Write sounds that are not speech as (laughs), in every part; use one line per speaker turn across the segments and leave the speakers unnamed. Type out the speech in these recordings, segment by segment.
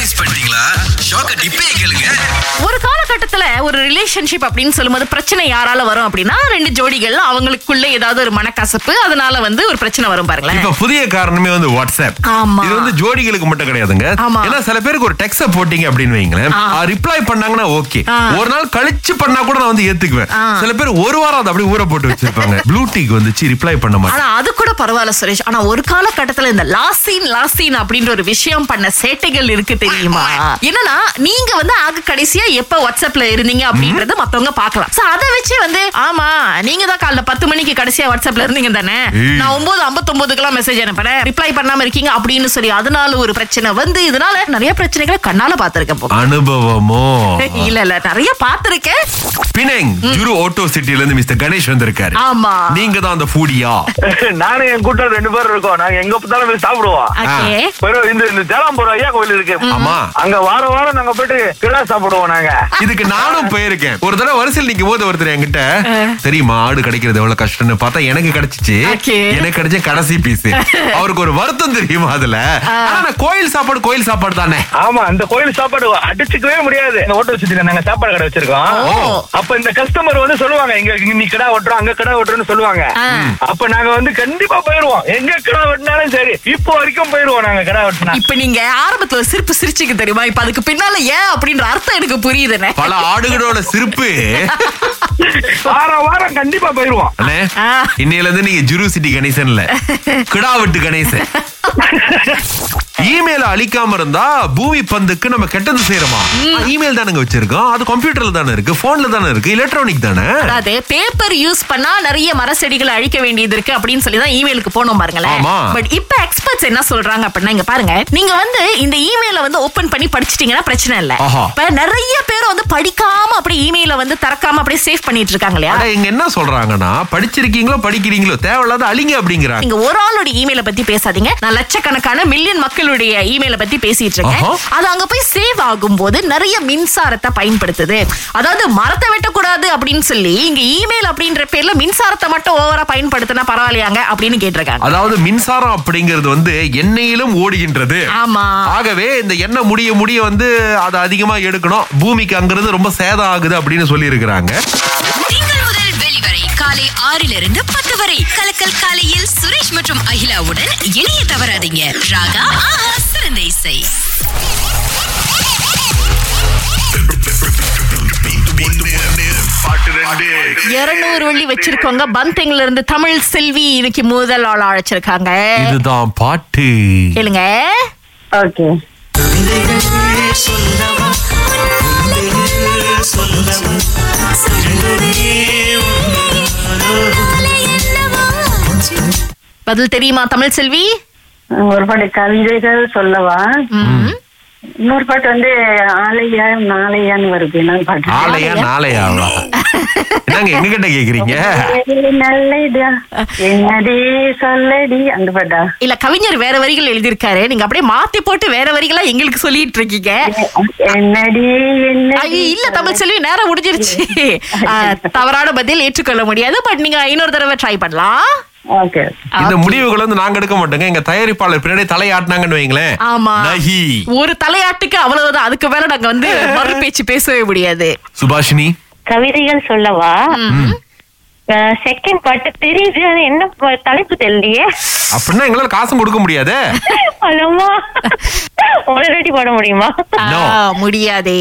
Miss பண்ணிட்டீங்களா ஷாக்க டிப்பே கேளுங்க
ஒரு காலகட்டத்துல ஒரு ரிலேஷன்ஷிப் அப்படின்னு சொல்லும்போது பிரச்சனை யாரால வரும் அப்படின்னா ரெண்டு ஜோடிகள் அவங்களுக்குள்ள ஏதாவது ஒரு மனக்கசப்பு அதனால வந்து ஒரு பிரச்சனை வரும் பாருங்களேன்
இப்ப புதிய காரணமே வந்து வாட்ஸ்அப்
ஆமா.
இது வந்து ஜோடிகளுக்கு மட்டும் கிடையாதுங்க
ஆமா.
ஏன்னா சில பேருக்கு ஒரு டெக்ஸ்ட் போட்டீங்க அப்படின்னு வைங்களேன்
ஆ.
ரிப்ளை பண்ணாங்கன்னா ஓகே
ஆ.
ஒரு நாள் கழிச்சு பண்ணா கூட நான் வந்து ஏத்துக்குவேன்
ஆ.
சில பேர் ஒரு வாரம் அதை அப்படியே ஊற போட்டு வச்சிருப்பாங்க ப்ளூ டீக்கு வந்துச்சு ரிப்ளை பண்ண மாட்டேன்
ஆனா அது கூட பரவாயில்ல சுரேஷ் ஆனா ஒரு காலகட்டத்துல இந்த லாசின் லாசின் அப்படின்ற ஒரு விஷயம் பண்ண சேட்டைகள் இருக்கு தெரியுமா என்னன்னா நீங்க வந்து ஆக கடைசியா எப்ப வாட்ஸ்அப்ல இருந்தீங்க அப்படின்றத மத்தவங்க பார்க்கலாம் சோ அதை வச்சு வந்து ஆமா நீங்க தான் காலைல பத்து மணிக்கு கடைசியா வாட்ஸ்அப்ல இருந்தீங்க தானே
ஏய்.
நான் ஒன்பது ஐம்பத்தொன்பதுக்கெல்லாம் மெசேஜ் அனுப்புறேன் ரிப்ளை பண்ணாம இருக்கீங்க அப்படின்னு சொல்லி அதனால ஒரு பிரச்சனை வந்து இதனால நிறைய பிரச்சனைகளை கண்ணால பாத்திருக்கேன் போல. (laughs)
அனுபவமோ
இல்ல இல்ல நிறைய பாத்திருக்கேன்
பினங் ஜுரு ஆட்டோ சிட்டில இருந்து மிஸ்டர் கணேஷ் வந்திருக்காரு
ஆமா.
நீங்க தான் அந்த ஃபூடியா
(laughs) நானும் என் கூட்டம் ரெண்டு பேரும் இருக்கோம் நாங்க எங்க பார்த்தாலும் போய் சாப்பிடுவோம்
ஓகே
pero இந்த இந்த ஜலாம்பூர் ஐயா கோயில் இருக்கு
ஆமா.
அங்க வாரம் வாரம் நாங்க போயிட்டு கிடா சாப்பிடுவோம் நாங்க
இதுக்கு நானும் போயிருக்கேன் ஒரு தடவை வரிசையில் நிக்கும் போது ஒருத்தர் என்கிட்ட தெரியுமா ஆடு கிடைக்கிறது எவ்வளவு கஷ்டம்னு பார்த்தா எனக்கு கிடைச்சிச்சு
Okay.
எனக்கு கிடைச்ச கடைசி பீஸ் அவருக்கு ஒரு வருத்தம் தெரியுமா அதுல ஆனா நான் கோயில் சாப்பாடு கோயில் சாப்பாடு தானே
ஆமா அந்த கோயில் சாப்பாடு அடிச்சுக்கவே முடியாது இந்த ஓட்டோ வச்சுட்டு நாங்க சாப்பாடு கடை வச்சிருக்கோம்
ஓ.
அப்ப இந்த கஸ்டமர் வந்து சொல்லுவாங்க எங்க நீ கிடா ஓட்டுறோம் அங்க கிடா ஓட்டுறோம்னு சொல்லுவாங்க
ஆ.
அப்ப நாங்க வந்து கண்டிப்பா போயிருவோம் எங்க கிடா வெட்டினாலும் சரி இப்போ வரைக்கும் போயிருவோம் நாங்க கிடா வெட்டினா
இப்ப நீங்க ஆரம்பத்துல ஒரு சிரிப்பு சிரிச்சுக்கு தெரியுமா இப்ப அதுக்கு பின்னால ஏன் அப்படின்ற அர்த்தம் எனக்கு புரியுதுனே
பல ஆடுகளோட சிரிப்பு
வாரம் வாரம் கண்டிப்பா போயிருவோம்
அண்ணே
ஆ.
இன்னையில இருந்து நீங்க ஜுரு சிட்டி கணேசன் இல்ல கிடாவெட்டு கணேசன் இமெயில அழிக்காம இருந்தா பூமி பந்துக்கு நம்ம கெட்டது செய்யறோமா இமெயில் தானங்க வச்சிருக்கோம் அது கம்ப்யூட்டர்ல தானே இருக்கு போன்ல தானே இருக்கு எலக்ட்ரானிக் தானே
அதாவது பேப்பர் யூஸ் பண்ணா நிறைய மர செடிகளை அழிக்க வேண்டியது இருக்கு அப்படின்னு சொல்லி தான் இமெயிலுக்கு போனோம் பாருங்களேன்
ஆமா.
பட் இப்ப எக்ஸ்பர்ட்ஸ் என்ன சொல்றாங்க அப்படின்னா இங்க பாருங்க நீங்க வந்து இந்த இமெயில வந்து ஓபன் பண்ணி படிச்சிட்டீங்கன்னா பிரச்சனை இல்ல
ஆஹா.
இப்ப நிறைய பேர் வந்து படிக்காம அப்படியே இமெயில வந்து திறக்காம அப்படியே சேவ் பண்ணிட்டு இருக்காங்க இல்லையா
ஆனா இங்க என்ன சொல்றாங்கன்னா படிச்சிருக்கீங்களோ படிக்கிறீங்களோ தேவையில்லாத அழிங்க அப்படிங்கிறாங்க
நீங்க ஒரு ஆளோட இமெயில பத்தி பேசாதீங்க நான் லட்சக்கணக்கான மில்லியன் மக்களுடைய இமெயில பத்தி பேசிட்டு இருக்கேன்
ஆஹா.
அது அங்க போய் சேவ் ஆகும் போது நிறைய மின்சாரத்தை பயன்படுத்துது அதாவது மரத்தை வெட்டக்கூடாது அப்படின்னு சொல்லி இங்க இமெயில் அப்படின்ற பேர்ல மின்சாரத்தை மட்டும் ஓவரா பயன்படுத்தினா பரவாயில்லையாங்க அப்படின்னு கேட்டிருக்காங்க
அதாவது மின்சாரம் அப்படிங்கிறது வந்து எண்ணெயிலும் ஓடுகின்றது
ஆமா
ஆகவே இந்த எண்ணெய் முடிய முடிய வந்து அதை அதிகமா எடுக்கணும் பூமிக்கு அங்கிருந்து ரொம்ப சேதம் ஆகுது அப்படின்னு சொல்லி இருக்கிறாங்க
திங்கள் முதல் வெளிவரை காலை ஆறிலிருந்து பத்து வரை கலக்கல் காலையில் சுரேஷ் மற்றும் அகிலாவுடன் இணைய தவறாதீங்க ராகா ஆஹா சிறந்த இசை
இருநூறு வள்ளி வச்சிருக்கோங்க பந்திங்ல இருந்து தமிழ் செல்வி இன்னைக்கு முதல் ஆள் அழைச்சிருக்காங்க
இதுதான் பாட்டு
கேளுங்க
ஓகே
பதில் தெரியுமா தமிழ் செல்வி
ஒரு பாட்டு கவிதைகள் சொல்லவா
ம்.
இன்னொரு பாட்டு வந்து ஆலையா நாளையான்னு வருது என்ன பாட்டு
ஆலையா நாளையா என்னங்க எங்க கிட்ட கேக்குறீங்க
ஏய், நல்லதா என்னதே சொல்லடி அந்த பாட்டா
இல்ல கவிஞர் வேற வரிகள் எழுதியிருக்காரு நீங்க அப்படியே மாத்தி போட்டு வேற வரிகளா எங்களுக்கு சொல்லிட்டு இருக்கீங்க
என்னடி என்னடி
ஐயோ, இல்ல தமிழ் செல்வி நேரம் முடிஞ்சிருச்சு ஆ, தவறான பதில் ஏற்றுக்கொள்ள முடியாது பட் நீங்க இன்னொரு தடவை ட்ரை பண்ணலாம்
ஓகே
இந்த முடிவுகள் வந்து நாங்க எடுக்க மாட்டோங்க எங்க தயாரிப்பாளர் பின்னாடி தலையாட்டினாங்கன்னு வைங்களேன்
ஆமா
நஹி
ஒரு தலையாட்டுக்கு அவ்வளவுதான் அதுக்கு மேல நாங்க வந்து மறுபேச்சு பேசவே முடியாது
சுபாஷினி
கவிதைகள் சொல்லவா செகண்ட் பாட்டு தெரியுது அது என்ன ப- தலைப்பு தெரியலையே
அப்படின்னா எங்களால காசும் கொடுக்க முடியாதே
அலமா உடனடி பாட முடியுமா
No.
ஆ, முடியாதே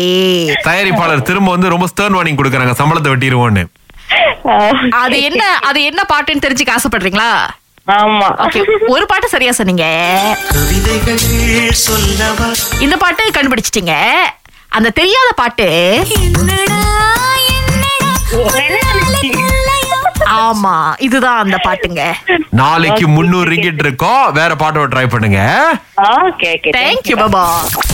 தயாரிப்பாளர் திரும்ப வந்து ரொம்ப ஸ்டர்ன் வார்னிங் கொடுக்கறாங்க சம்பளத்தை வெட்டிடுவோன்னு
அது என்ன அது என்ன பாட்டுன்னு தெரிஞ்சுக்க ஆசைப்படுறீங்களா
ஆமா
ஓகே ஒரு பாட்டு சரியா சொன்னீங்க இந்த பாட்டு கண்டுபிடிச்சிட்டீங்க அந்த தெரியாத பாட்டு ஆமா இதுதான் அந்த பாட்டுங்க
நாளைக்கு முந்நூறு ரிங்கிட் இருக்கோம் வேற பாட்டோட ட்ரை பண்ணுங்க
ஓகே ஓகே
தேங்க்யூ பாபா